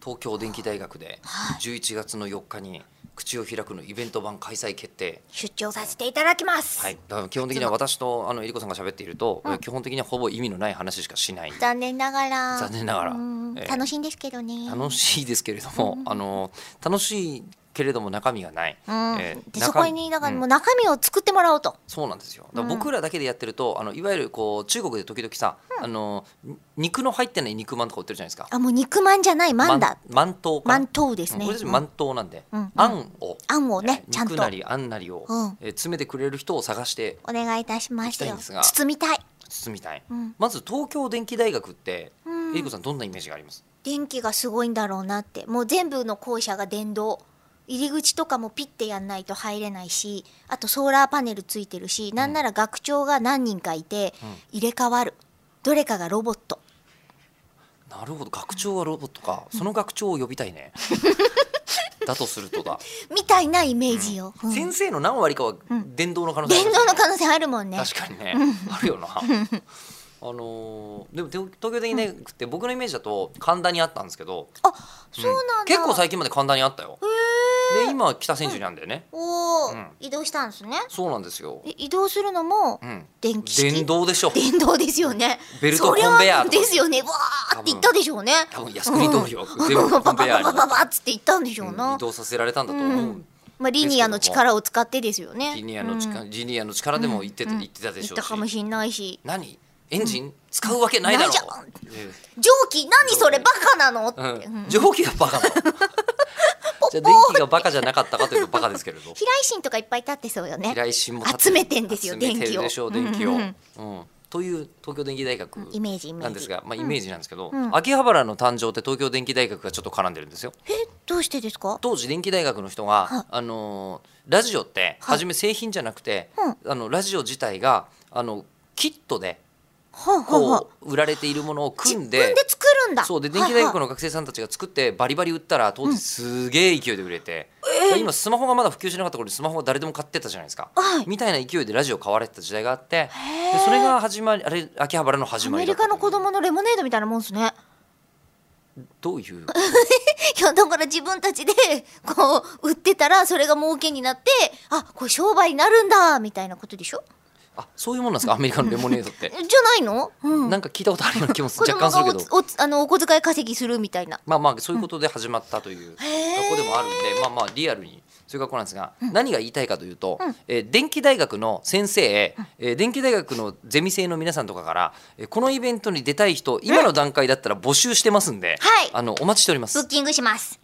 東京電機大学で11月の4日に口を開くのイベント版開催決定、出張させていただきます、はい、だから基本的には私とあのえりこさんが喋っていると、基本的にはほぼ意味のない話しかしない残念ながら残念ながらうんええ楽しいんですけどね楽しいですけれども、あの楽しいけれども中身がない、うんえーで中そこにだからうんもう中身を作ってもらおうと、そうなんですよ。だから僕らだけでやってると、あのいわゆるこう中国で時々さ、あのに肉の入ってない肉まんとか売ってるじゃないですか。あもう肉まんじゃないまんだまん。饅頭かな。まんとうですねうんこれうんまんとうなんで、うんあんをあんをねえーちゃんと肉なりあんなりを、うんえー詰めてくれる人を探してお願いいたしま行きすたいよんですが包みたい包みたい。うんまず東京電機大学って、うんえりこさんどんなイメージがあります？電気がすごいんだろうなってもう全部の校舎が電動入り口とかもピッてやんないと入れないしあとソーラーパネルついてるしなんなら学長が何人かいて入れ替わるどれかがロボットなるほど、学長はロボットか、その学長を呼びたい ね。だとするとだ。みたいなイメージよ、うん先生の何割かは電動の可能性あり電ますよね。動の可能性あるもんね確かにね、あるよ な。あのーでも東東京電機大学って僕のイメージだと神田にあったんですけど、あそうなんだ、結構最近まで神田にあったよ。で今は北千住にあるんだよね。おお、うん移動したんですねそうなんですよ。え移動するのもうん。電気式、電動でしょ。電動ですよねベルトコンベヤーとかそりゃですよねわーって言ったでしょうね多分靖国通りをうん全部コパパンベヤーパパパにパっつって言ったんでしょううな、ん移動させられたんだとう。思うんまあ、リニアの力を使ってですよねジニアの力、うんジニアの力でも言ってて、うん言ってたでしょう言ったしか。もしんないし何？エンジン使うわけないだろないう。ええ蒸気何それバカなのって、うんうん、飛来蒸気がバ カなのじゃあ電気がバカじゃなかったかというとバカですけれ ど心とかいっぱい立ってそうよね平井心も集めてんですよ集めてる電気をでしょう電気を、ううんんうんという東京電機大学イメージイメージなんですが、まあ、イメージなんですけど、ん秋葉原の誕生って東京電機大学がちょっと絡んでるんですよえどうしてですか当時電機大学の人が、はいあのーラジオって初め製品じゃなくて、うんあのラジオ自体があのキットでほうほうほうこう売られているものを組んで自分で作るんだそうで電気大学のの学生さんたちが作ってバリバリ売ったら当時すげえ勢いで売れて、今スマホがまだ普及しなかった頃にスマホが誰でも買ってたじゃないですか、はいみたいな勢いでラジオ買われてた時代があってでそれが始まりあれ秋葉原の始アまメりリだっカたの子供のレモネードみたいなもんですねどういういやだから自分たちでこう売ってたらそれが儲けになってあこれ商売になるんだみたいなことでしょあそういうもんなんですかアメリカのレモネードっじてゃないの、うん、なんか聞いたことあるような気もす子る供若干すがるおけつどおつあのお小遣い稼ぎするみたいなまあまあそういうことで始まったという学へー校でもあるんでまあまあリアルにそういう学校なんですが何が言いたいかというとえー電気大学の先生へえー電気大学のゼミ生の皆さんとかからえーこのイベントに出たい人今の段階だったら募集してますんではいあのお待ちしておりまブすッキングします